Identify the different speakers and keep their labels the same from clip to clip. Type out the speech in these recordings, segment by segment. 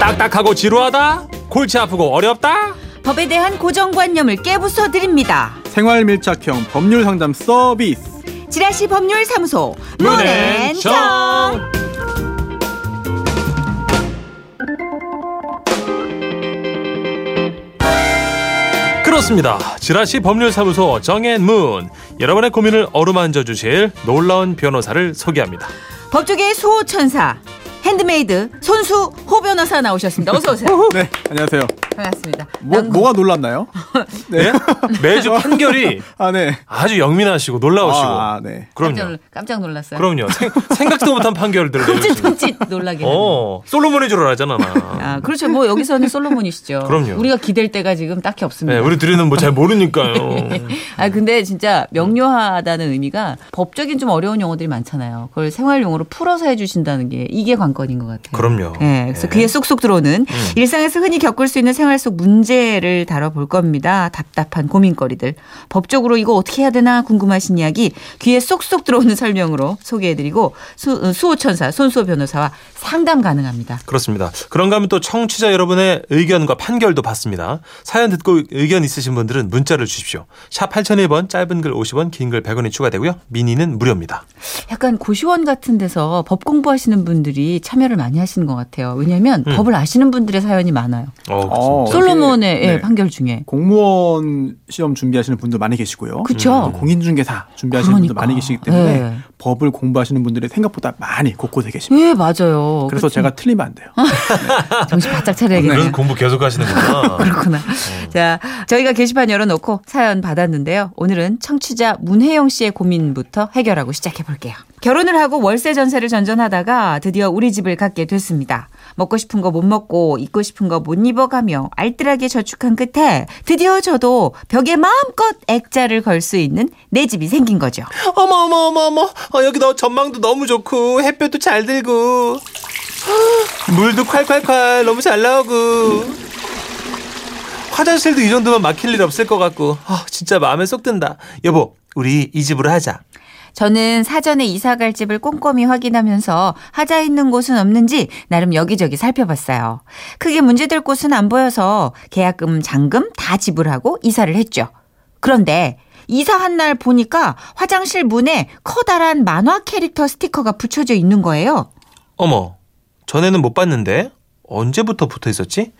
Speaker 1: 딱딱하고 지루하다? 골치 아프고 어렵다?
Speaker 2: 법에 대한 고정관념을 깨부숴 드립니다.
Speaker 3: 생활 밀착형 법률 상담 서비스.
Speaker 2: 지라시 법률사무소 문앤정
Speaker 1: 문앤정. 그렇습니다. 지라시 법률사무소 정앤문 여러분의 고민을 어루만져 주실 놀라운 변호사를 소개합니다.
Speaker 2: 법조계의 수호천사 핸드메이드 손수 호 변호사 나오셨습니다. 어서 오세요.
Speaker 3: 네, 안녕하세요.
Speaker 2: 반갑습니다.
Speaker 3: 뭐,
Speaker 2: 남-
Speaker 3: 뭐가 놀랍나요?
Speaker 1: 네? 매주 판결이
Speaker 3: 아, 네.
Speaker 1: 아주 영민하시고 놀라우시고
Speaker 3: 아, 네.
Speaker 2: 깜짝,
Speaker 1: 그럼요.
Speaker 2: 놀- 깜짝 놀랐어요.
Speaker 1: 그럼요. 생, 생각도 못한 판결들을 내주시고.
Speaker 2: 끔찍끔찍 놀라게. 하는.
Speaker 1: 어, 솔로몬인 줄 알았잖아, 나.
Speaker 2: 아, 그렇죠. 뭐 여기서는 솔로몬이시죠.
Speaker 1: 그럼요.
Speaker 2: 우리가 기댈 때가 지금 딱히 없습니다.
Speaker 1: 네, 우리 둘이는 뭐 잘 모르니까요.
Speaker 2: 아 근데 진짜 명료하다는 의미가 법적인 좀 어려운 용어들이 많잖아요. 그걸 생활용어로 풀어서 해주신다는 게 이게 관건인 것 같아요.
Speaker 1: 그럼요. 음.
Speaker 2: 예, 그래서 귀에 쏙쏙 들어오는 일상에서 흔히 겪을 수 있는 생활 속 문제를 다뤄볼 겁니다. 답답한 고민거리들. 법적으로 이거 어떻게 해야 되나 궁금하신 이야기 귀에 쏙쏙 들어오는 설명으로 소개해드리고 수, 수호천사 손수호 변호사와 상담 가능합니다.
Speaker 1: 그렇습니다. 그런가 하면 또 청취자 여러분의 의견과 판결도 받습니다. 사연 듣고 의견 있으신 분들은 문자를 주십시오. 샵 8001번 짧은 글 50원 긴 글 100원이 추가되고요. 미니는 무료입니다.
Speaker 2: 약간 고시원 같은 데서 법 공부하시는 분들이 참여를 많이 하시는 것 같아요. 왜냐하면
Speaker 1: 음.
Speaker 2: 법을 아시는 분들의 사연이 많아요.
Speaker 1: 어,
Speaker 3: 어,
Speaker 1: 그렇습니다.
Speaker 2: 솔로몬의
Speaker 3: 이게-
Speaker 2: 예,
Speaker 3: 네.
Speaker 2: 판결 중에.
Speaker 3: 공무원 시험 준비하시는 분들 많이 계시고요.
Speaker 2: 그쵸?
Speaker 3: 또 공인중개사 준비하시는 분들
Speaker 2: 그러니까.
Speaker 3: 많이 계시기 때문에
Speaker 2: 네.
Speaker 3: 법을 공부하시는 분들이 생각보다 많이 곳곳에 계십니다.
Speaker 2: 예, 맞아요. 그렇죠.
Speaker 3: 그래서 제가 아, 틀리면 안 돼요.
Speaker 2: 정신 바짝
Speaker 1: 그래서
Speaker 2: 차려야겠네요.
Speaker 1: 공부 계속 하시는구나.
Speaker 2: 그렇구나.
Speaker 3: 어.
Speaker 2: 자, 저희가 게시판 열어놓고 사연 받았는데요. 오늘은 청취자 문혜영 씨의 고민부터 해결하고 시작해 볼게요. 결혼을 하고 월세 전세를 전전하다가 드디어 우리 집을 갖게 됐습니다. 먹고 싶은 거 못 먹고 입고 싶은 거 못 입어가며 알뜰하게 저축한 끝에 드디어 저도 벽에 마음껏 액자를 걸 수 있는 내 집이 생긴 거죠.
Speaker 1: 어머 어머 어머 어머. 어, 여기 너 전망도 너무 좋고 햇볕도 잘 들고 물도 콸콸콸 너무 잘 나오고 화장실도 이 정도면 막힐 일 없을 것 같고 아, 진짜 마음에 쏙 든다. 여보 우리 이 집으로 하자.
Speaker 2: 저는 사전에 이사 갈 집을 꼼꼼히 확인하면서 하자 있는 곳은 없는지 나름 여기저기 살펴봤어요. 크게 문제될 곳은 안 보여서 계약금, 잔금 다 지불하고 이사를 했죠. 그런데 이사한 날 보니까 화장실 문에 커다란 만화 캐릭터 스티커가 붙여져 있는 거예요.
Speaker 1: 어머, 전에는 못 봤는데 언제부터 붙어 있었지?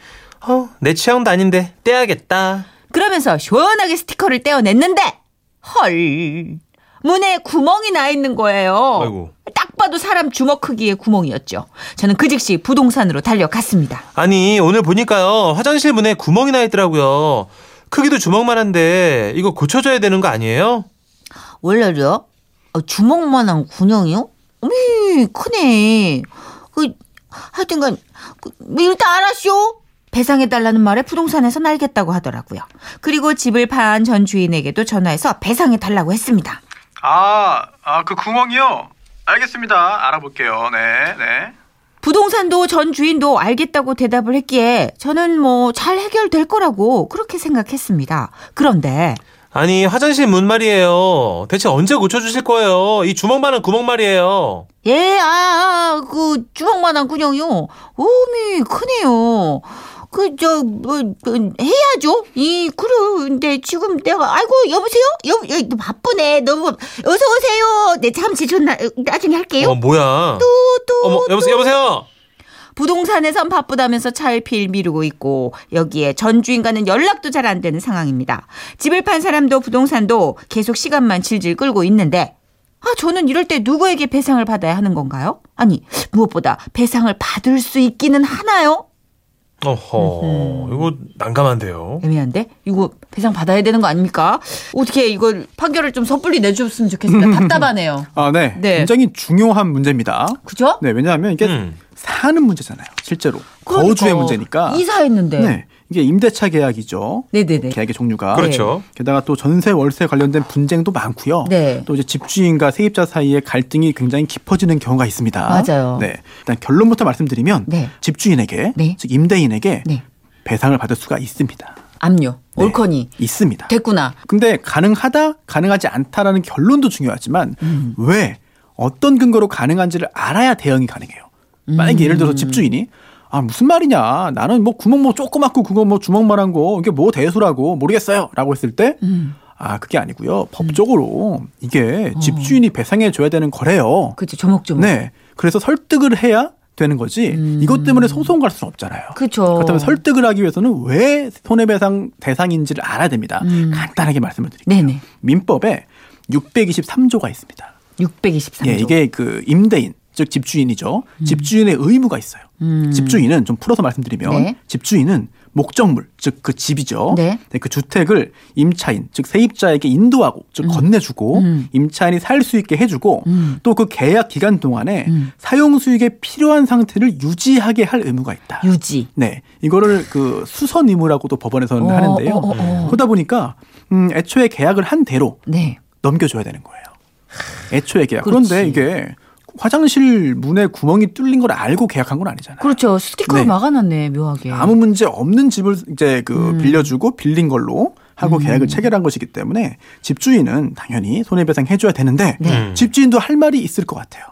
Speaker 1: 어, 내 취향도 아닌데 떼야겠다.
Speaker 2: 그러면서 시원하게 스티커를 떼어냈는데 헐 문에 구멍이 나 있는 거예요.
Speaker 1: 아이고.
Speaker 2: 딱 봐도 사람 주먹 크기의 구멍이었죠. 저는 그 즉시 부동산으로 달려갔습니다.
Speaker 1: 아니 오늘 보니까요 화장실 문에 구멍이 나 있더라고요. 크기도 주먹만한데 이거 고쳐줘야 되는 거 아니에요?
Speaker 2: 원래요? 아, 주먹만한 군형이요? 어미 크네. 그 하여튼간 그, 뭐 일단 알았쇼. 배상해달라는 말에 부동산에서 날겠다고 하더라고요. 그리고 집을 판 전 주인에게도 전화해서 배상해달라고 했습니다.
Speaker 4: 아, 아, 그 구멍이요? 알겠습니다. 알아볼게요. 네, 네.
Speaker 2: 부동산도 전 주인도 알겠다고 대답을 했기에 저는 뭐 잘 해결될 거라고 그렇게 생각했습니다. 그런데
Speaker 1: 아니 화장실 문 말이에요. 대체 언제 고쳐주실 거예요? 이 주먹만한 구멍 말이에요.
Speaker 2: 예, 아, 아, 그 주먹만한 군형이요. 어미 크네요. 그 저 뭐 해야죠. 이 그런데 지금 내가 아이고 여보세요? 여, 여 바쁘네. 너무 어서 오세요. 네 잠시 전나 나중에 할게요.
Speaker 1: 어 뭐야?
Speaker 2: 뚜뚜.
Speaker 1: 어머 여보세요 여보세요.
Speaker 2: 부동산에선 바쁘다면서 차일피일 미루고 있고 여기에 전 주인과는 연락도 잘 안 되는 상황입니다. 집을 판 사람도 부동산도 계속 시간만 질질 끌고 있는데 아 저는 이럴 때 누구에게 배상을 받아야 하는 건가요? 아니 무엇보다 배상을 받을 수 있기는 하나요?
Speaker 1: 어허 이거 난감한데요.
Speaker 2: 애매한데 이거 배상 받아야 되는 거 아닙니까? 어떻게 이걸 판결을 좀 섣불리 내주셨으면 좋겠습니다. 답답하네요.
Speaker 3: 아, 네.
Speaker 2: 네.
Speaker 3: 굉장히 중요한 문제입니다.
Speaker 2: 그죠?
Speaker 3: 네, 왜냐하면 이게
Speaker 1: 음.
Speaker 3: 사는 문제잖아요. 실제로.
Speaker 2: 그러니까
Speaker 3: 거주의 문제니까.
Speaker 2: 이사했는데.
Speaker 3: 네. 이게 임대차 계약이죠. 그
Speaker 2: 네네네.
Speaker 3: 계약의 종류가. 네.
Speaker 1: 그렇죠.
Speaker 3: 게다가 또 전세 월세 관련된 분쟁도 많고요.
Speaker 2: 네.
Speaker 3: 또 이제 집주인과 세입자 사이의 갈등이 굉장히 깊어지는 경우가 있습니다.
Speaker 2: 맞아요.
Speaker 3: 네. 일단 결론부터 말씀드리면
Speaker 2: 네.
Speaker 3: 집주인에게
Speaker 2: 네.
Speaker 3: 즉 임대인에게
Speaker 2: 네.
Speaker 3: 배상을 받을 수가 있습니다.
Speaker 2: 압류
Speaker 3: 네.
Speaker 2: 올커니
Speaker 3: 있습니다.
Speaker 2: 됐구나.
Speaker 3: 근데 가능하다, 가능하지 않다라는 결론도 중요하지만
Speaker 2: 음.
Speaker 3: 왜 어떤 근거로 가능한지를 알아야 대응이 가능해요. 만약에 예를 들어서 집주인이 아 무슨 말이냐 나는 뭐 구멍 뭐 조그맣고 그거 뭐 주먹만한 거 이게 뭐 대수라고 모르겠어요라고 했을 때.
Speaker 2: 음.
Speaker 3: 아, 그게 아니고요. 법적으로 이게 집주인이 배상해 줘야 되는 거래요.
Speaker 2: 어. 그렇죠. 음. 조목조목.
Speaker 3: 네. 그래서 설득을 해야 되는 거지. 이것 때문에 소송 갈 수는 없잖아요.
Speaker 2: 그렇죠.
Speaker 3: 그렇다면 설득을 하기 위해서는 왜 손해배상 대상인지를 알아야 됩니다.
Speaker 2: 음.
Speaker 3: 간단하게 말씀을 드릴게요.
Speaker 2: 네네.
Speaker 3: 민법에 623조가 있습니다.
Speaker 2: 623조.
Speaker 3: 예, 이게 그 임대인, 즉 집주인이죠. 집주인의 의무가 있어요.
Speaker 2: 음.
Speaker 3: 집주인은 좀 풀어서 말씀드리면
Speaker 2: 네.
Speaker 3: 집주인은 목적물, 즉 그 집이죠.
Speaker 2: 네.
Speaker 3: 네, 그 주택을 임차인, 즉 세입자에게 인도하고, 즉 건네주고
Speaker 2: 음.
Speaker 3: 임차인이 살 수 있게 해주고
Speaker 2: 음.
Speaker 3: 또 그 계약 기간 동안에
Speaker 2: 음.
Speaker 3: 사용 수익에 필요한 상태를 유지하게 할 의무가 있다.
Speaker 2: 유지.
Speaker 3: 네, 이거를 그 수선 의무라고도 법원에서는
Speaker 2: 어,
Speaker 3: 하는데요. 예.
Speaker 2: 어, 어, 어.
Speaker 3: 그러다 보니까 음, 애초에 계약을 한 대로
Speaker 2: 네.
Speaker 3: 넘겨줘야 되는 거예요. 애초에 계약.
Speaker 2: 그렇지.
Speaker 3: 그런데 이게 화장실 문에 구멍이 뚫린 걸 알고 계약한 건 아니잖아요.
Speaker 2: 그렇죠. 스티커로
Speaker 3: 네.
Speaker 2: 막아놨네 묘하게.
Speaker 3: 아무 문제 없는 집을 이제 그
Speaker 2: 음.
Speaker 3: 빌려주고 빌린 걸로 하고 계약을 체결한 것이기 때문에 집주인은 당연히 손해배상 해줘야 되는데
Speaker 2: 네. 음.
Speaker 1: 음.
Speaker 3: 집주인도 할 말이 있을 것 같아요.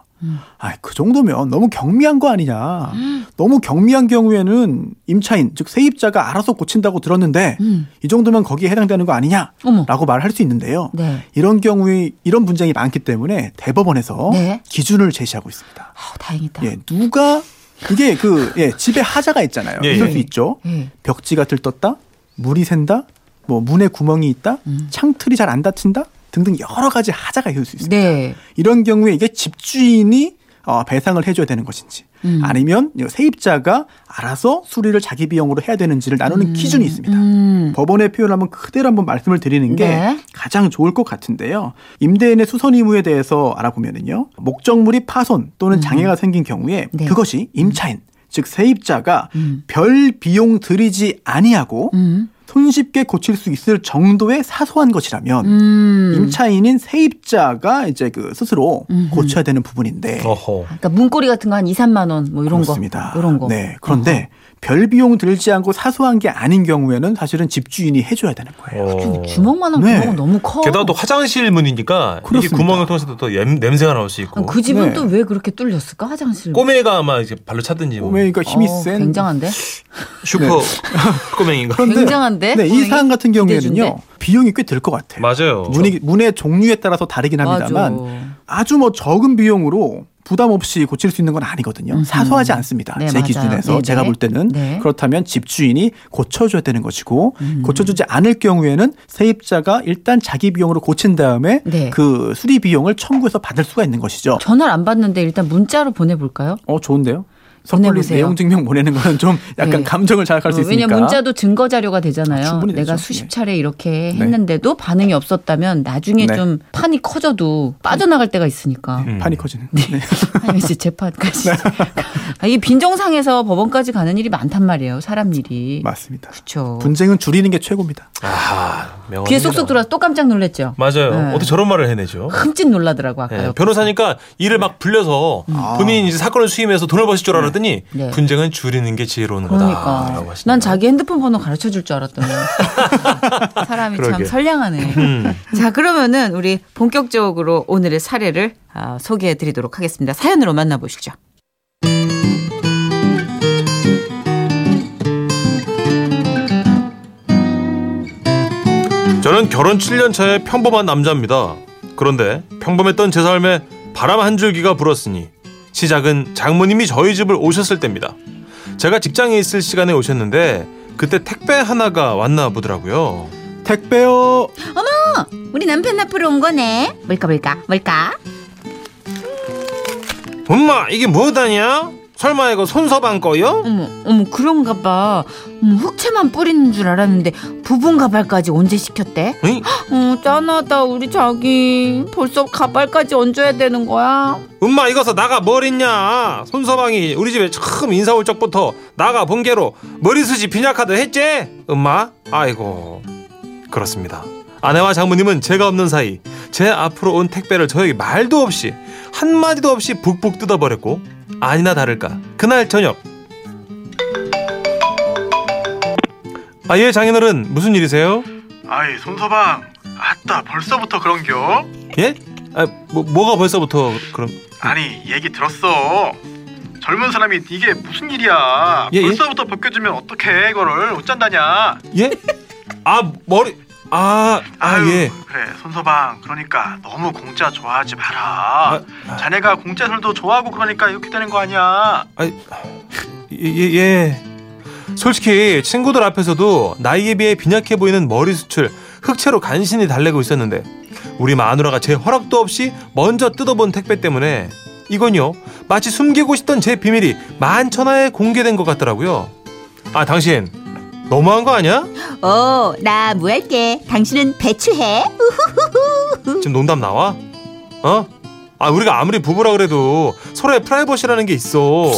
Speaker 3: 아, 그 정도면 너무 경미한 거 아니냐. 너무 경미한 경우에는 임차인, 즉 세입자가 알아서 고친다고 들었는데
Speaker 2: 음.
Speaker 3: 이 정도면 거기에 해당되는 거
Speaker 2: 어머.
Speaker 3: 아니냐라고 말할 수 있는데요.
Speaker 2: 네.
Speaker 3: 이런 경우에 이런 분쟁이 많기 때문에 대법원에서
Speaker 2: 네.
Speaker 3: 기준을 제시하고 있습니다.
Speaker 2: 아우, 다행이다.
Speaker 3: 예, 누가 이게 그 예, 집에 하자가 있잖아요.
Speaker 1: 예,
Speaker 3: 있을
Speaker 1: 예.
Speaker 3: 수 있죠.
Speaker 2: 예.
Speaker 3: 벽지가 들떴다, 물이 샌다, 뭐 문에 구멍이 있다, 창틀이 잘 안 닫힌다 등등 여러 가지 하자가 있을 수 있습니다.
Speaker 2: 네.
Speaker 3: 이런 경우에 이게 집주인이 어, 배상을 해줘야 되는 것인지 아니면 세입자가 알아서 수리를 자기 비용으로 해야 되는지를 나누는 기준이 있습니다.
Speaker 2: 음.
Speaker 3: 법원의 표현을 한번 그대로 한번 말씀을 드리는 게
Speaker 2: 네.
Speaker 3: 가장 좋을 것 같은데요. 임대인의 수선 의무에 대해서 알아보면은요. 목적물이 파손 또는 장애가 생긴 경우에
Speaker 2: 음. 네.
Speaker 3: 그것이 임차인, 즉 세입자가 별 비용 들이지 아니하고
Speaker 2: 음.
Speaker 3: 손쉽게 고칠 수 있을 정도의 사소한 것이라면
Speaker 2: 음.
Speaker 3: 임차인인 세입자가 이제 그 스스로 고쳐야 되는 부분인데
Speaker 1: 어허.
Speaker 2: 그러니까 문고리 같은 거 한 2, 3만 원 뭐 이런
Speaker 3: 그렇습니다.
Speaker 2: 거. 이런 거. 음.
Speaker 3: 네. 그런데 별 비용 들지 않고 사소한 게 아닌 경우에는 사실은 집주인이 해줘야 되는 거예요.
Speaker 2: 아, 좀 주먹만한
Speaker 3: 네.
Speaker 2: 구멍은 너무 커.
Speaker 1: 게다가 또 화장실 문이니까 이게
Speaker 3: 그렇습니다.
Speaker 1: 구멍을 통해서 또 냄- 냄새가 나올 수 있고
Speaker 2: 아, 그 집은
Speaker 3: 네.
Speaker 2: 또 왜 그렇게 뚫렸을까 화장실.
Speaker 1: 꼬맹이가 아마 이제 발로 차든지 뭐
Speaker 3: 꼬맹이가 그러니까 힘이
Speaker 2: 어,
Speaker 3: 센
Speaker 2: 굉장한데. 네.
Speaker 1: 슈퍼 꼬맹이인가
Speaker 2: 굉장한데?
Speaker 3: 네, 이
Speaker 2: 꼬맹이?
Speaker 3: 사안 같은 경우에는요
Speaker 2: 기대준데?
Speaker 3: 비용이 꽤 들 것 같아요.
Speaker 1: 맞아요.
Speaker 3: 문이, 문의 종류에 따라서 다르긴 합니다만
Speaker 2: 맞아.
Speaker 3: 아주뭐 적은 비용으로 부담 없이 고칠 수 있는 건 아니거든요. 사소하지 않습니다.
Speaker 2: 음, 네,
Speaker 3: 제
Speaker 2: 맞아요.
Speaker 3: 기준에서
Speaker 2: 네네.
Speaker 3: 제가 볼 때는
Speaker 2: 네. 음.
Speaker 3: 그렇다면 집주인이 고쳐줘야 되는 것이고 고쳐주지 않을 경우에는 세입자가 일단 자기 비용으로 고친 다음에
Speaker 2: 네.
Speaker 3: 그 수리 비용을 청구해서 받을 수가 있는 것이죠.
Speaker 2: 전화를 안 받는데 일단 문자로 보내볼까요?
Speaker 3: 어 좋은데요. 섣불리
Speaker 2: 보내보세요.
Speaker 3: 내용 증명 보내는 거는 좀 약간
Speaker 2: 네.
Speaker 3: 감정을 자극할 수
Speaker 2: 어,
Speaker 3: 있으니까.
Speaker 2: 왜냐면 문자도 증거 자료가 되잖아요.
Speaker 3: 충분히
Speaker 2: 내가
Speaker 3: 되죠.
Speaker 2: 수십
Speaker 3: 예.
Speaker 2: 차례 이렇게 했는데도 반응이 없었다면 나중에
Speaker 3: 네.
Speaker 2: 좀 판이 커져도 빠져나갈 때가 있으니까.
Speaker 1: 음.
Speaker 3: 판이 커지는. 네.
Speaker 2: 아니 이제 재판까지. 아, 이 빈정상에서 법원까지 가는 일이 많단 말이에요. 사람 일이.
Speaker 3: 맞습니다.
Speaker 2: 그렇죠.
Speaker 3: 분쟁은 줄이는 게 최고입니다.
Speaker 1: 아, 명언.
Speaker 2: 귀에 쏙쏙 들어와서 또 깜짝 놀랐죠.
Speaker 1: 맞아요.
Speaker 2: 네.
Speaker 1: 어떻게 저런 말을 해내죠?
Speaker 2: 흠칫 놀라더라고 아까요. 음.
Speaker 3: 네,
Speaker 2: 아.
Speaker 1: 예, 변호사니까 일을 막 불려서 본인 이제 사건을 수임해서 돈을 버실 줄 알았더니
Speaker 2: 네.
Speaker 1: 분쟁은 줄이는 게 지혜로운
Speaker 3: 아,
Speaker 2: 그러니까
Speaker 1: 거다라고 하시네요.
Speaker 2: 난 자기 핸드폰 번호 가르쳐 줄 줄 알았더니 사람이 참
Speaker 1: 그러게.
Speaker 2: 선량하네.
Speaker 1: 음.
Speaker 2: 자 그러면은 우리 본격적으로 오늘의 사례를 아, 소개해드리도록 하겠습니다. 사연으로 만나보시죠.
Speaker 1: 저는 결혼 7년 차의 평범한 남자입니다. 그런데 평범했던 제 삶에 바람 한 줄기가 불었으니 시작은 장모님이 저희 집을 오셨을 때입니다. 제가 직장에 있을 시간에 오셨는데 그때 택배 하나가 왔나 보더라고요.
Speaker 3: 택배요.
Speaker 2: 우리 남편 앞으로 온 거네. 뭘까 뭘까 뭘까?
Speaker 1: 엄마 이게 뭐다냐? 설마 이거 손서방 거요?
Speaker 2: 어머 어머 그런가 봐. 음, 흑채만 뿌리는 줄 알았는데 부분 가발까지 언제 시켰대?
Speaker 1: 응?
Speaker 2: 어 짠하다 우리 자기 벌써 가발까지 얹어야 되는 거야?
Speaker 1: 엄마 이거서 나가 뭘 했냐? 손서방이 우리 집에 처음 인사 올 적부터 나가 번개로 머리숱이 빈약하다 했지? 엄마 아이고 그렇습니다. 아내와 장모님은 제가 없는 사이 제 앞으로 온 택배를 저에게 말도 없이 한 마디도 없이 북북 뜯어버렸고 아니나 다를까 그날 저녁 아예 장인어른 무슨 일이세요?
Speaker 4: 아이 손서방 아따 벌써부터 그런겨?
Speaker 1: 예? 아, 뭐, 뭐가 벌써부터 그럼
Speaker 4: 아니 얘기 들었어. 젊은 사람이 이게 무슨 일이야?
Speaker 1: 예, 예.
Speaker 4: 벌써부터 벗겨주면 어떡해 이거를 어쩐다냐?
Speaker 1: 예? 아 머리 아 아
Speaker 4: 아유,
Speaker 1: 예.
Speaker 4: 그래 손서방 그러니까 너무 공짜 좋아하지 마라.
Speaker 1: 아.
Speaker 4: 자네가 공짜 술도 좋아하고 그러니까 이렇게 되는 거 아니야?
Speaker 1: 예, 예. 솔직히 친구들 앞에서도 나이에 비해 빈약해 보이는 머리 수출 흑채로 간신히 달래고 있었는데 우리 마누라가 제 허락도 없이 먼저 뜯어본 택배 때문에 이건요 마치 숨기고 싶던 제 비밀이 만천하에 공개된 것 같더라고요. 아 당신 너무한 거 아니야?
Speaker 2: 어,
Speaker 5: 오, 나
Speaker 2: 뭐
Speaker 5: 무할게. 당신은 배추해.
Speaker 1: 지금 농담 나와? 어? 아 우리가 아무리 부부라 그래도 서로의 프라이버시라는 게 있어.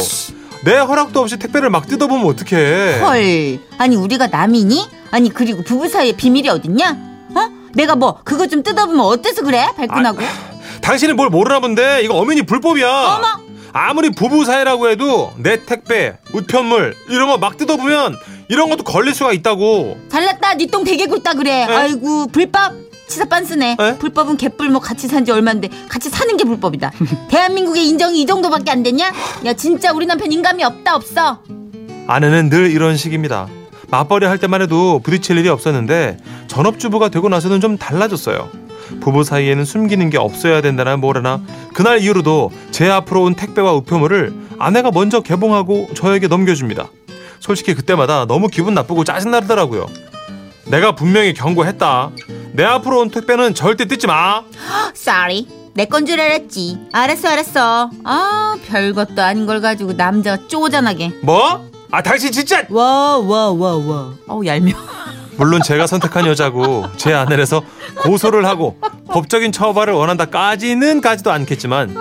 Speaker 1: 내 허락도 없이 택배를 막 뜯어보면 어떡해?
Speaker 5: 헐. 아니 우리가 남이니? 아니 그리고 부부 사이에 비밀이 어딨냐? 어? 내가 뭐 그거 좀 뜯어보면 어때서 그래? 발끈하고.
Speaker 1: 당신이 뭘 모르나 본데 이거 엄연히 불법이야.
Speaker 5: 어머.
Speaker 1: 아무리 부부 사이라고 해도 내 택배, 우편물 이런 거 막 뜯어보면 이런 것도 걸릴 수가 있다고.
Speaker 5: 잘났다. 니 똥 되게 굵다 그래. 아이고 불법. 치사 네. 빤스네.
Speaker 1: 에?
Speaker 5: 불법은 개뿔목 같이 산 지 얼만데 같이 사는 게 불법이다. 대한민국의 인정이 이 정도밖에 안 되냐? 야 진짜 우리 남편 인감이 없다 없어.
Speaker 1: 아내는 늘 이런 식입니다. 맞벌이 할 때만 해도 부딪힐 일이 없었는데 전업주부가 되고 나서는 좀 달라졌어요. 부부 사이에는 숨기는 게 없어야 된다나 뭐라나 그날 이후로도 제 앞으로 온 택배와 우편물을 아내가 먼저 개봉하고 저에게 넘겨줍니다. 솔직히 그때마다 너무 기분 나쁘고 짜증나더라고요. 내가 분명히 경고했다. 내 앞으로 온 택배는 절대 뜯지 마.
Speaker 5: sorry. 내 건 줄 알았지. 알았어, 알았어. 아, 별것도 아닌 걸 가지고 남자가 쪼잔하게.
Speaker 1: 뭐? 아 당신 진짜
Speaker 5: 와, 와, 와, 와.
Speaker 2: 어우 얄미워.
Speaker 1: 물론 제가 선택한 여자고 제 아내라서 고소를 하고 법적인 처벌을 원한다까지는 가지도 않겠지만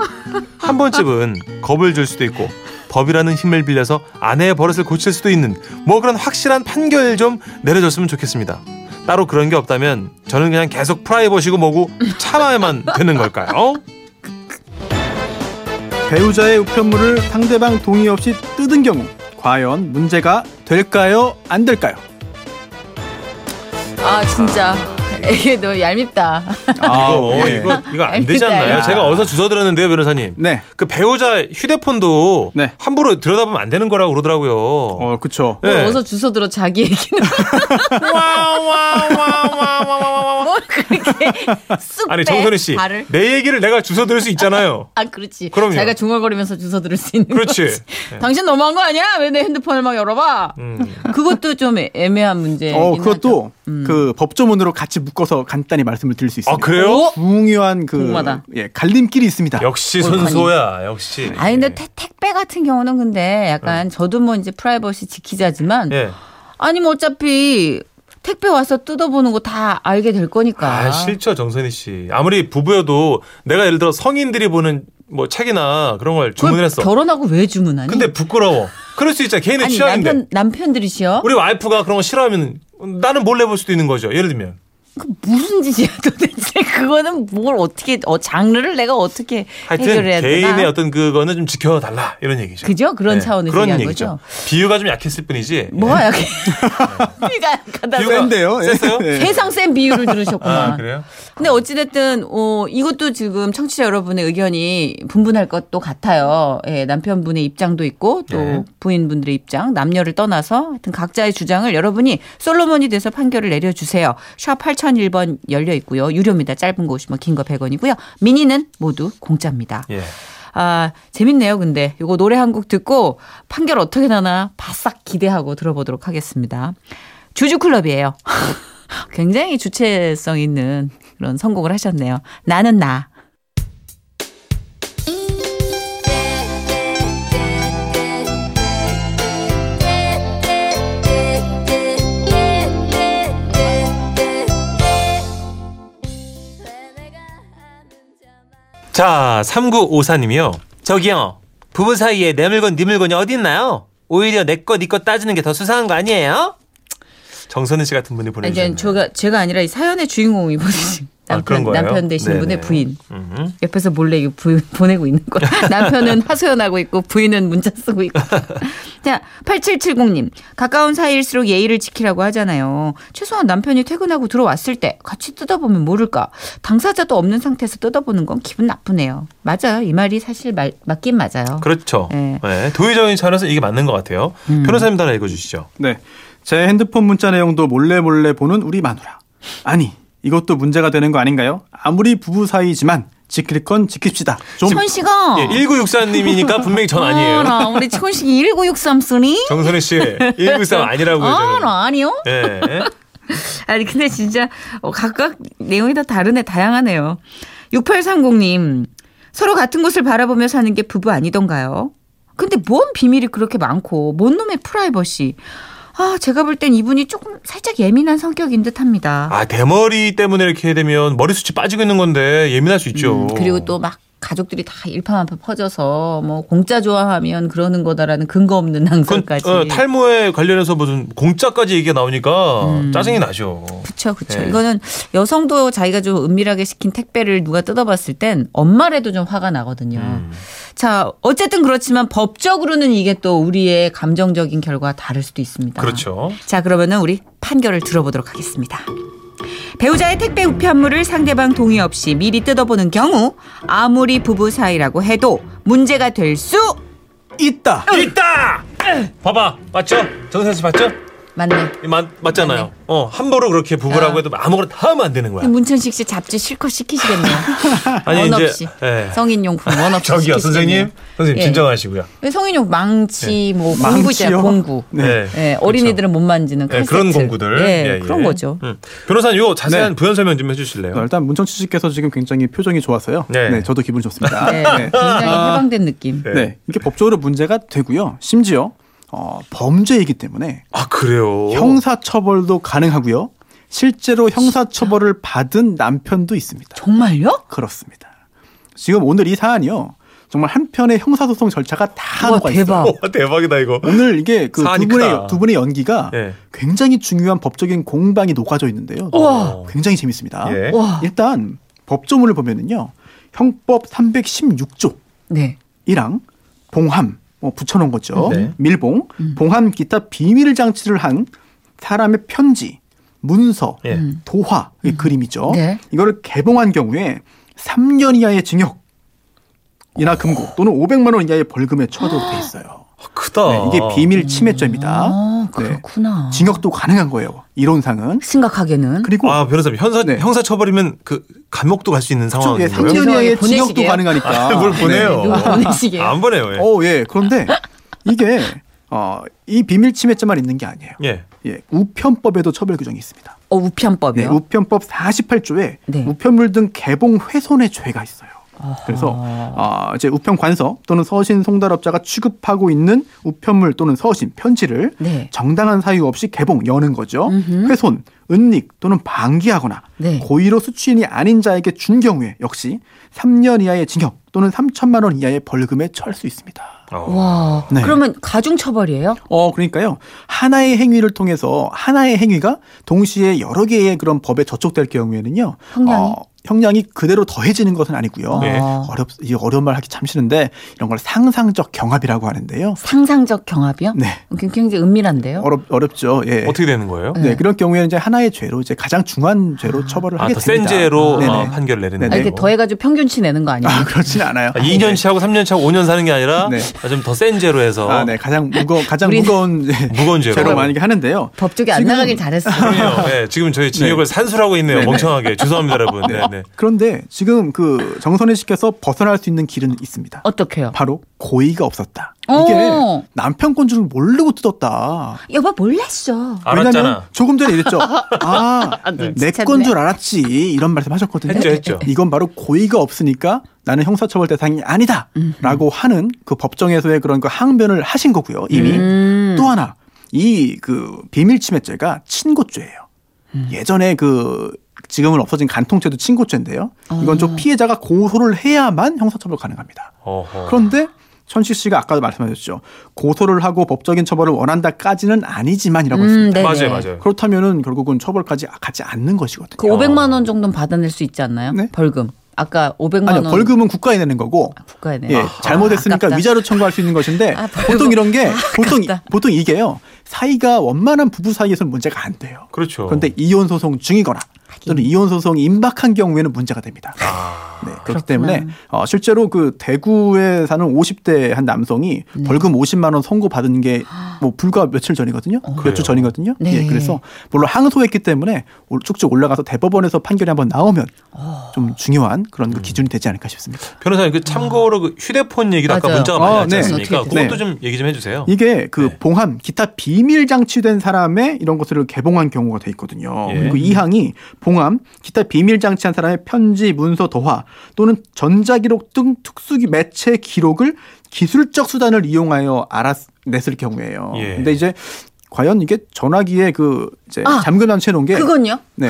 Speaker 1: 한 번쯤은 겁을 줄 수도 있고 법이라는 힘을 빌려서 아내의 버릇을 고칠 수도 있는 뭐 그런 확실한 판결 좀 내려줬으면 좋겠습니다. 따로 그런 게 없다면 저는 그냥 계속 프라이버시고 뭐고 참아야만 되는 걸까요?
Speaker 3: 배우자의 우편물을 상대방 동의 없이 뜯은 경우 과연 문제가 될까요? 안 될까요?
Speaker 2: 아 진짜 이게 너 얄밉다.
Speaker 3: 아, 예.
Speaker 1: 어, 이거
Speaker 2: 안 되지 않나요?
Speaker 3: 야. 제가
Speaker 1: 네. 어디서 주워 들었는데요, 변호사님.
Speaker 3: 네.
Speaker 1: 그 배우자 휴대폰도
Speaker 3: 네.
Speaker 1: 함부로 들여다보면 안 되는 거라고 그러더라고요.
Speaker 3: 어, 그쵸.
Speaker 1: 네.
Speaker 2: 뭘 어서 주워 들어 자기 얘기는
Speaker 1: 와와와와와와와.
Speaker 2: 뭐 쑥
Speaker 1: 어? 아니
Speaker 2: 빼,
Speaker 1: 정선희 씨,
Speaker 2: 네, 발을.
Speaker 1: 내 얘기를 내가 주워 들을 수 있잖아요.
Speaker 2: 아 그렇지.
Speaker 1: 그럼요.
Speaker 2: 자기가 중얼거리면서 주워 들을 수 있는.
Speaker 1: 그렇지. 네.
Speaker 2: 거지. 당신 너무한 거 아니야? 왜 내 핸드폰을 막 열어봐?
Speaker 1: 음.
Speaker 2: 그것도 좀 애- 애매한 문제.
Speaker 3: 어, 그것도
Speaker 2: 음.
Speaker 3: 그 법조문으로 같이 묶어서 간단히 말씀을 드릴
Speaker 1: 아
Speaker 3: 수 있습니다.
Speaker 1: 그래요?
Speaker 2: 어?
Speaker 3: 중요한 그
Speaker 2: 궁금하다.
Speaker 3: 예, 갈림길이 있습니다.
Speaker 1: 역시 선소야. 역시.
Speaker 2: 어, 아니 근데 태- 택배 같은 경우는 근데 약간
Speaker 1: 네.
Speaker 2: 저도 뭐 이제 프라이버시 지키자지만
Speaker 1: 예.
Speaker 2: 아니 뭐 어차피 택배 와서 뜯어보는 거 다 알게 될 거니까.
Speaker 1: 아 싫죠 정선희 씨. 아무리 부부여도 내가 예를 들어 성인들이 보는 뭐 책이나 그런 걸
Speaker 2: 그걸
Speaker 1: 주문했어.
Speaker 2: 결혼하고 왜 주문하니?
Speaker 1: 근데 부끄러워. 그럴 수 있잖아. 개인의
Speaker 2: 아니
Speaker 1: 취향인데.
Speaker 2: 남편 어? 남편들이시여?
Speaker 1: 우리 와이프가 그런 거 싫어하면 나는 몰래 볼 수도 있는 거죠. 예를 들면.
Speaker 2: 그 무슨 짓이야 도대체 그거는 뭘 어떻게 어 장르를 내가 어떻게
Speaker 1: 하여튼
Speaker 2: 해결해야 되나?
Speaker 1: 개인의 어떤 그거는 좀 지켜달라 이런 얘기죠. 예.
Speaker 2: 그죠? 그런 차원에서
Speaker 1: 그런
Speaker 2: 얘기한
Speaker 1: 얘기죠. 비유가 좀 약했을 뿐이지.
Speaker 2: 뭐야 이게 비가 약하다.
Speaker 1: 비유가
Speaker 3: 센데요? 예.
Speaker 1: 셌어요?
Speaker 3: 예.
Speaker 2: 세상 센 비유를 들으셨구나.
Speaker 1: 아 그래요?
Speaker 2: 근데 어찌됐든, 어, 이것도 지금 청취자 여러분의 의견이 분분할 것도 같아요. 예, 남편분의 입장도 있고, 또
Speaker 1: 네.
Speaker 2: 부인분들의 입장, 남녀를 떠나서 하여튼 각자의 주장을 여러분이 솔로몬이 돼서 판결을 내려주세요. 샵 8001번 열려 있고요. 유료입니다. 짧은 거 50원, 긴 거 100원이고요. 미니는 모두 공짜입니다.
Speaker 1: 예.
Speaker 2: 아, 재밌네요, 근데. 요거 노래 한 곡 듣고 판결 어떻게 나나 바싹 기대하고 들어보도록 하겠습니다. 주주클럽이에요. 굉장히 주체성 있는 그런 선곡을 하셨네요. 나는 나.
Speaker 1: 자, 3954님이요. 저기요. 부부 사이에 내 물건, 네 물건이 어디 있나요? 오히려 내 거, 네 거 따지는 게 더 수상한 거 아니에요? 정선희 씨 같은 분이
Speaker 2: 아니,
Speaker 1: 보내주셨네요.
Speaker 2: 아니, 제가 제가 아니라 이 사연의 주인공이 보내신
Speaker 1: 아, 그런
Speaker 2: 남편
Speaker 1: 거예요?
Speaker 2: 남편 되신
Speaker 1: 네네.
Speaker 2: 분의 부인
Speaker 1: 음.
Speaker 2: 옆에서 몰래 이거 부, 보내고 있는 거야. 남편은 하소연하고 있고 부인은 문자 쓰고 있고. 자, 8770님. 가까운 사이일수록 예의를 지키라고 하잖아요. 최소한 남편이 퇴근하고 들어왔을 때 같이 뜯어보면 모를까. 당사자도 없는 상태에서 뜯어보는 건 기분 나쁘네요. 맞아요. 이 말이 사실 말- 맞긴 맞아요.
Speaker 1: 그렇죠.
Speaker 2: 네. 음.
Speaker 1: 네. 도의적인 차원에서 이게 맞는 것 같아요. 변호사님 따라 읽어주시죠.
Speaker 3: 네. 제 핸드폰 문자 내용도 몰래 몰래 보는 우리 마누라. 아니, 이것도 문제가 되는 거 아닌가요? 아무리 부부 사이지만 지킬 건 지킵시다. 좀
Speaker 2: 천그 씨가
Speaker 1: 예, 1964님이니까 분명히 전 아니에요.
Speaker 2: 어. 어라, 우리 천식이 1963 쓰니?
Speaker 1: 정선희 씨, 1964 아니라고요. 저는.
Speaker 2: 아, 아니요.
Speaker 1: 예.
Speaker 2: 아니 근데 진짜 어, 각각 내용이 다 다르네 다양하네요. 6830님 서로 같은 곳을 바라보며 사는 게 부부 아니던가요? 근데 뭔 비밀이 그렇게 많고 뭔 놈의 프라이버시? 아 제가 볼 땐 이분이 조금 살짝 예민한 성격인 듯합니다.
Speaker 1: 아, 대머리 때문에 이렇게 되면 머리숱이 빠지고 있는 건데 예민할 수 있죠.
Speaker 2: 음, 그리고 또 막 가족들이 다 일파만파 퍼져서 뭐 공짜 좋아하면 그러는 거다라는 근거 없는
Speaker 1: 그건,
Speaker 2: 낭설까지.
Speaker 1: 어, 탈모에 관련해서 무슨 공짜까지 얘기가 나오니까 짜증이 나죠.
Speaker 2: 그렇죠, 그렇죠.
Speaker 1: 네.
Speaker 2: 이거는 여성도 자기가 좀 은밀하게 시킨 택배를 누가 뜯어봤을 땐 엄마라도 좀 화가 나거든요.
Speaker 1: 음.
Speaker 2: 자, 어쨌든 그렇지만 법적으로는 이게 또 우리의 감정적인 결과와 다를 수도 있습니다.
Speaker 1: 그렇죠.
Speaker 2: 자, 그러면은 우리 판결을 들어보도록 하겠습니다. 배우자의 택배 우편물을 상대방 동의 없이 미리 뜯어보는 경우 아무리 부부 사이라고 해도 문제가 될 수
Speaker 3: 있다.
Speaker 1: 있다. 봐봐, 맞죠? 정선 씨 맞죠?
Speaker 2: 맞네. 음.
Speaker 1: 이 맞, 맞잖아요. 어, 함부로 그렇게 부부라고 해도 아무거나 다 하면 안 되는 거야.
Speaker 5: 문천식 씨 잡지 실컷 시키시겠네요.
Speaker 1: 아니,
Speaker 5: 원
Speaker 1: 이제,
Speaker 5: 없이
Speaker 1: 예.
Speaker 5: 성인용품 원 없이
Speaker 1: 저기요,
Speaker 5: 시키시겠네요.
Speaker 1: 선생님. 선생님,
Speaker 2: 예.
Speaker 1: 진정하시고요.
Speaker 2: 왜 성인용 망치 뭐 공구 있잖아요.
Speaker 3: 망치요?
Speaker 2: 공구.
Speaker 1: 네.
Speaker 2: 예, 어린이들은 못 만지는
Speaker 1: 그렇죠. 예,
Speaker 2: 칼
Speaker 1: 그런
Speaker 2: 세트.
Speaker 1: 공구들.
Speaker 2: 예,
Speaker 1: 예, 예.
Speaker 2: 그런 거죠.
Speaker 1: 음. 변호사님, 요 자세한
Speaker 3: 네.
Speaker 1: 부연 설명 좀
Speaker 3: 네,
Speaker 1: 해주실래요?
Speaker 3: 일단 문청취 씨께서 지금 굉장히 표정이 좋았어요.
Speaker 1: 네.
Speaker 3: 네, 저도 기분 좋습니다.
Speaker 2: 예,
Speaker 3: 네.
Speaker 2: 굉장히 해방된 느낌.
Speaker 1: 네.
Speaker 3: 네, 이게 법적으로 문제가 되고요. 심지어 어, 범죄이기 때문에
Speaker 1: 아, 그래요?
Speaker 3: 형사처벌도 가능하고요. 실제로 형사처벌을 받은 남편도 있습니다.
Speaker 2: 정말요?
Speaker 3: 그렇습니다. 지금 오늘 이 사안이요. 정말 한편의 형사소송 절차가 다
Speaker 2: 와
Speaker 3: 녹아 있어요.
Speaker 2: 대박.
Speaker 1: 와, 대박이다, 이거.
Speaker 3: 오늘 이게 그 두
Speaker 1: 사안이 크다.
Speaker 3: 분의 두 분의 연기가
Speaker 1: 예.
Speaker 3: 굉장히 중요한 법적인 공방이 녹아져 있는데요.
Speaker 1: 우와.
Speaker 3: 굉장히 재밌습니다.
Speaker 1: 어. 예.
Speaker 2: 와.
Speaker 3: 일단 법조문을 보면은요. 형법 316조
Speaker 2: 네.
Speaker 3: 1항 봉함 뭐 붙여놓은 거죠.
Speaker 1: 네.
Speaker 3: 밀봉, 봉함 기타 비밀 장치를 한 사람의 편지, 문서,
Speaker 1: 예.
Speaker 3: 도화 이 그림이죠.
Speaker 2: 네.
Speaker 3: 이거를 개봉한 경우에 3년 이하의 징역. 이나 금고 또는 500만 원 이하의 벌금에 처하도록 돼 있어요.
Speaker 1: 아, 크다.
Speaker 3: 네, 이게 비밀 침해죄입니다.
Speaker 2: 아,
Speaker 3: 네.
Speaker 2: 그렇구나.
Speaker 3: 징역도 가능한 거예요. 이론상은.
Speaker 2: 심각하게는
Speaker 3: 그리고
Speaker 1: 아, 변호사님, 형사,
Speaker 3: 네. 예,
Speaker 1: 형사처벌이면 그, 감옥도 갈 수 있는 상황이에요.
Speaker 3: 쪽에 3년 이하의 징역도
Speaker 2: 네. 보내시게요?
Speaker 3: 가능하니까.
Speaker 1: 아, 네.
Speaker 3: 네.
Speaker 1: 뭘 보내요?
Speaker 2: 누구 보내시게요?
Speaker 1: 안 보내요, 예.
Speaker 3: 어, 예. 그런데 이게 어, 이 비밀 침해죄만 있는 게 아니에요.
Speaker 1: 예.
Speaker 3: 예, 우편법에도 처벌 규정이 있습니다.
Speaker 2: 어,
Speaker 3: 네,
Speaker 2: 우편법이요.
Speaker 3: 우편법 48조에
Speaker 2: 네.
Speaker 3: 우편물 등 개봉 훼손의 죄가 있어요. 그래서 아, 이제 우편 관서 또는 서신 송달업자가 취급하고 있는 우편물 또는 서신 편지를
Speaker 2: 네.
Speaker 3: 정당한 사유 없이 개봉 여는 거죠. 훼손, 은닉 또는 방기하거나
Speaker 2: 네.
Speaker 3: 고의로 수취인이 아닌 자에게 준 경우에 역시 3년 이하의 징역 또는 3천만 원 이하의 벌금에 처할 수 있습니다.
Speaker 1: 어.
Speaker 2: 와.
Speaker 3: 네.
Speaker 2: 그러면 가중 처벌이에요?
Speaker 3: 어, 그러니까요. 하나의 행위를 통해서 하나의 행위가 동시에 여러 개의 그런 법에 저촉될 경우에는요.
Speaker 2: 형량이?
Speaker 3: 어, 형량이 그대로 더해지는 것은 아니고요.
Speaker 1: 네.
Speaker 3: 어렵 이 어려운 말 하기 참 싫은데 이런 걸 상상적 경합이라고 하는데요.
Speaker 2: 상상적 경합이요?
Speaker 3: 네.
Speaker 2: 굉장히 은밀한데요.
Speaker 3: 어렵 어렵죠. 예.
Speaker 1: 어떻게 되는 거예요?
Speaker 3: 네, 그런 경우에는 이제 하나의 죄로 이제 가장 중한 죄로 처벌을
Speaker 1: 아,
Speaker 3: 하게
Speaker 1: 더센
Speaker 3: 됩니다.
Speaker 1: 죄로
Speaker 3: 네네.
Speaker 1: 어, 판결 내리는
Speaker 2: 아,
Speaker 3: 네네.
Speaker 1: 거예요.
Speaker 2: 이게 더해가지고 평균치 내는 거 아니에요?
Speaker 3: 아, 그렇진 않아요.
Speaker 1: 아, 2년 치하고 3년 치하고 5년 사는 게 아니라
Speaker 3: 네.
Speaker 1: 좀 더 센 죄로 해서
Speaker 3: 아, 네. 가장 무거 가장
Speaker 2: 우리는-
Speaker 3: 무거운 예,
Speaker 1: 무거운 죄로.
Speaker 3: 죄로 많이 하는데요.
Speaker 2: 법 쪽에 안
Speaker 3: 지금-
Speaker 2: 나가길 잘했어.
Speaker 1: 그럼요. 네, 지금 저희 진역을 산술하고 있네요.
Speaker 3: 네.
Speaker 1: 멍청하게. 죄송합니다, 여러분. 네, 네.
Speaker 3: 그런데 지금 그 정선혜 씨께서 벗어날 수 있는 길은 있습니다.
Speaker 2: 어떻게요?
Speaker 3: 바로 고의가 없었다.
Speaker 2: 오.
Speaker 3: 이게 남편 건 줄 모르고 뜯었다.
Speaker 5: 여보 몰랐어.
Speaker 1: 알았잖아.
Speaker 3: 조금 전에 이랬죠. 아,
Speaker 2: 네.
Speaker 3: 내 건 줄 알았지. 이런 말씀 하셨거든요.
Speaker 1: 했죠, 했죠.
Speaker 3: 이건 바로 고의가 없으니까 나는 형사처벌 대상이 아니다. 라고 하는 그 법정에서의 그런 그 항변을 하신 거고요. 이미. 또 하나, 이 그 비밀침해죄가 친고죄예요. 예전에 그 지금은 없어진 간통죄도 친고죄인데요. 이건 좀 피해자가 고소를 해야만 형사처벌 가능합니다.
Speaker 1: 어허.
Speaker 3: 그런데 천식 씨가 아까도 말씀하셨죠. 고소를 하고 법적인 처벌을 원한다까지는
Speaker 2: 음,
Speaker 3: 아니지만이라고 했습니다.
Speaker 5: 네네.
Speaker 1: 맞아요, 맞아요.
Speaker 3: 그렇다면은 결국은 처벌까지 가지 않는 것이거든요.
Speaker 2: 그 500만 원 정도는 받아낼 수 있지 않나요?
Speaker 3: 네?
Speaker 2: 벌금. 아까 500만
Speaker 3: 아니요,
Speaker 2: 원
Speaker 3: 벌금은 국가에 내는 거고.
Speaker 2: 국가에 내.
Speaker 3: 예, 잘못했으니까
Speaker 2: 아, 네. 아깝다.
Speaker 3: 위자료 청구할 수 있는 것인데
Speaker 2: 아, 벌금.
Speaker 3: 보통 이런 게 보통
Speaker 2: 아깝다.
Speaker 3: 보통 이게요 사이가 원만한 부부 사이에서는 문제가 안 돼요.
Speaker 1: 그렇죠.
Speaker 3: 그런데 이혼 소송 중이거나 또는 이혼 소송이 임박한 경우에는 문제가 됩니다.
Speaker 1: 아.
Speaker 3: 네, 그렇기 때문에 어, 실제로 그 대구에 사는 50대 한 남성이 벌금 50만 원 선고 받은 게 뭐 불과 며칠 전이거든요. 몇 주
Speaker 1: 그래요?
Speaker 3: 전이거든요.
Speaker 2: 네.
Speaker 3: 예, 그래서 물론 항소했기 때문에 올- 쭉쭉 올라가서 대법원에서 판결이 한번 나오면 좀 중요한 그런
Speaker 1: 음.
Speaker 3: 그 기준이 되지 않을까 싶습니다.
Speaker 1: 변호사님 그 참고로 그 휴대폰 얘기도 아까
Speaker 2: 맞아요.
Speaker 1: 문자가 많이
Speaker 3: 아,
Speaker 1: 왔지
Speaker 3: 네.
Speaker 1: 않습니까?
Speaker 2: 어떻게
Speaker 3: 해야
Speaker 1: 그것도 좀 얘기 좀 해주세요.
Speaker 3: 이게 그
Speaker 1: 네.
Speaker 3: 봉함 기타 비밀 장치된 사람의 이런 것들을 개봉한 경우가 돼 있거든요.
Speaker 1: 예.
Speaker 3: 그리고 이 항이 봉함 기타 비밀 장치한 사람의 편지, 문서, 도화 또는 전자기록 등 특수 매체 기록을 기술적 수단을 이용하여 알아냈을 경우예요.
Speaker 1: 예.
Speaker 3: 근데 이제 과연 이게 전화기에 그 이제
Speaker 2: 아,
Speaker 3: 잠금한 채 놓은 게
Speaker 2: 그건요?
Speaker 3: 네.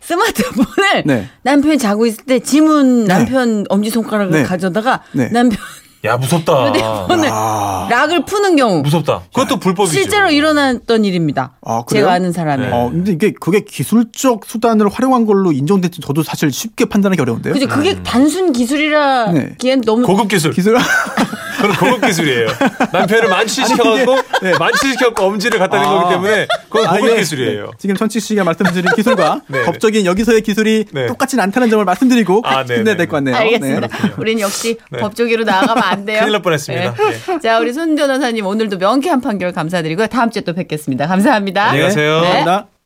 Speaker 2: 스마트폰을
Speaker 3: 네.
Speaker 2: 남편이 자고 있을 때 지문
Speaker 3: 네.
Speaker 2: 남편 엄지손가락을
Speaker 3: 네.
Speaker 2: 가져다가
Speaker 3: 네. 아.
Speaker 2: 남편
Speaker 1: 야 무섭다.
Speaker 2: 휴대폰을
Speaker 1: 아.
Speaker 2: 락을 푸는 경우
Speaker 1: 무섭다. 그것도 불법이죠.
Speaker 2: 실제로 일어났던 일입니다.
Speaker 3: 아, 그래요?
Speaker 2: 제가 아는 사람이.
Speaker 1: 네.
Speaker 3: 어 근데 이게 그게 기술적 수단을 활용한 걸로 인정됐지 저도 사실 쉽게 판단하기 어려운데요.
Speaker 2: 그죠? 그게 단순 기술이라
Speaker 3: 음. 네.
Speaker 2: 기엔 너무
Speaker 1: 고급 기술.
Speaker 3: 기술
Speaker 1: 그건 고급 기술이에요. 남편을 만취시켜갖고 만취시켜갖고 엄지를 갖다 댄 거기 때문에 그건
Speaker 3: 아,
Speaker 1: 고급
Speaker 3: 예.
Speaker 1: 기술이에요.
Speaker 3: 네. 지금 천치 씨가 말씀드린 기술과
Speaker 1: 네.
Speaker 3: 법적인 여기서의 기술이
Speaker 1: 네.
Speaker 3: 똑같진 않다는 점을 말씀드리고
Speaker 1: 아,
Speaker 3: 같이 힘내야
Speaker 1: 네, 네,
Speaker 3: 될 것 같네요.
Speaker 6: 알겠습니다.
Speaker 3: 네.
Speaker 6: 우린 역시
Speaker 1: 네.
Speaker 6: 법조계로 나아가면 안 돼요.
Speaker 1: 큰일 날 뻔했습니다. 네.
Speaker 6: 네. 자, 우리 손 변호사님 오늘도 명쾌한 판결 감사드리고요. 다음 주에 또 뵙겠습니다. 감사합니다.
Speaker 1: 안녕히 가세요.
Speaker 6: 네.
Speaker 3: 감사합니다.